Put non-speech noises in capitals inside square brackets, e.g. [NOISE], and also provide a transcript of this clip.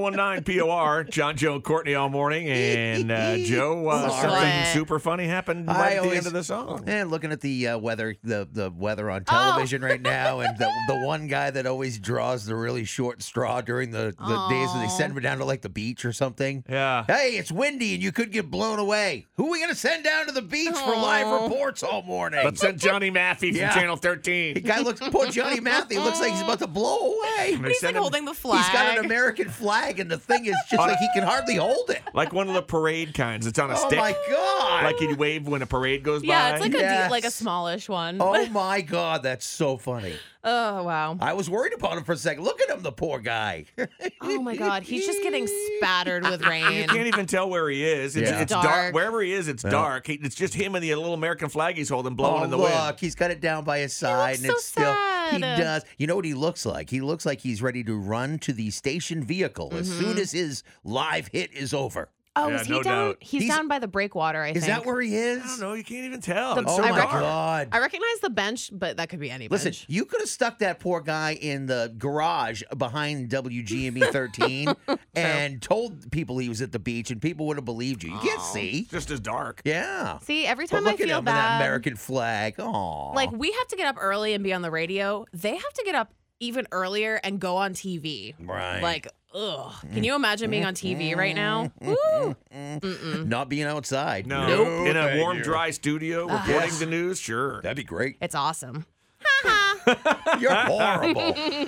1019 POR, John, Joe, and Courtney all morning. And uh, Joe, uh, Sorry. something super funny happened I right at the always- end of the song. Oh! And looking at the uh, weather, the the weather on television right now, and [LAUGHS] the, the one guy that always draws the really short straw during the, the days when they send him down to like the beach or something. Yeah. Hey, it's windy and you could get blown away. Who are we gonna send down to the beach for live Aw. reports all morning? Let's send Johnny Maffey from Yeah. Channel the 13. guy looks poor [LAUGHS] Johnny Matthew looks like he's about to blow away. They He's send like him- holding the flag. He's got an American flag, and the thing is just like he can hardly hold it. like one of the parade kinds. It's on a Oh stick. my god! Like you'd wave when a parade goes yeah, by. it's like a Yes. de- like a smallish one. Oh, oh my god, that's so funny. wow. I was worried about him for a second. Look at him, the poor guy. Oh my god, he's just getting spattered [LAUGHS] with rain. you can't even tell where he is. It's, Yeah. it's dark. Dark. Wherever he is, it's dark. He, it's just him and the little American flag he's holding [LAUGHS] blowing Oh, in the look, wind. he's got it down by his side, looks and so it's still. He sad. does. You know what he looks like? He looks like he's ready to run to the station vehicle as Mm-hmm. soon as his live hit is over. Oh, Yeah, is he no down? doubt. He's, He's- down by the breakwater. I think. Is that where he is? I don't know. You can't even tell. The- It's Oh so I my reckon- dark. god! I recognize the bench, but that could be any Listen, bench. you could have stuck that poor guy in the garage behind [LAUGHS] WGME 13 E and told people he was at the beach, and people would have believed you. You can't see. It's just as dark. Yeah. See, every But time I look at feel him with that bad, American flag. Aw. like we have to get up early and be on the radio. They have to get up even earlier and go on TV. Right. Mm. Like, ugh. Can you imagine being on TV right now? Mm-hmm. Woo. not being outside. No. Nope. In a Thank warm, you. dry studio, reporting the news. Sure. That'd be great. It's awesome. [LAUGHS] You're horrible.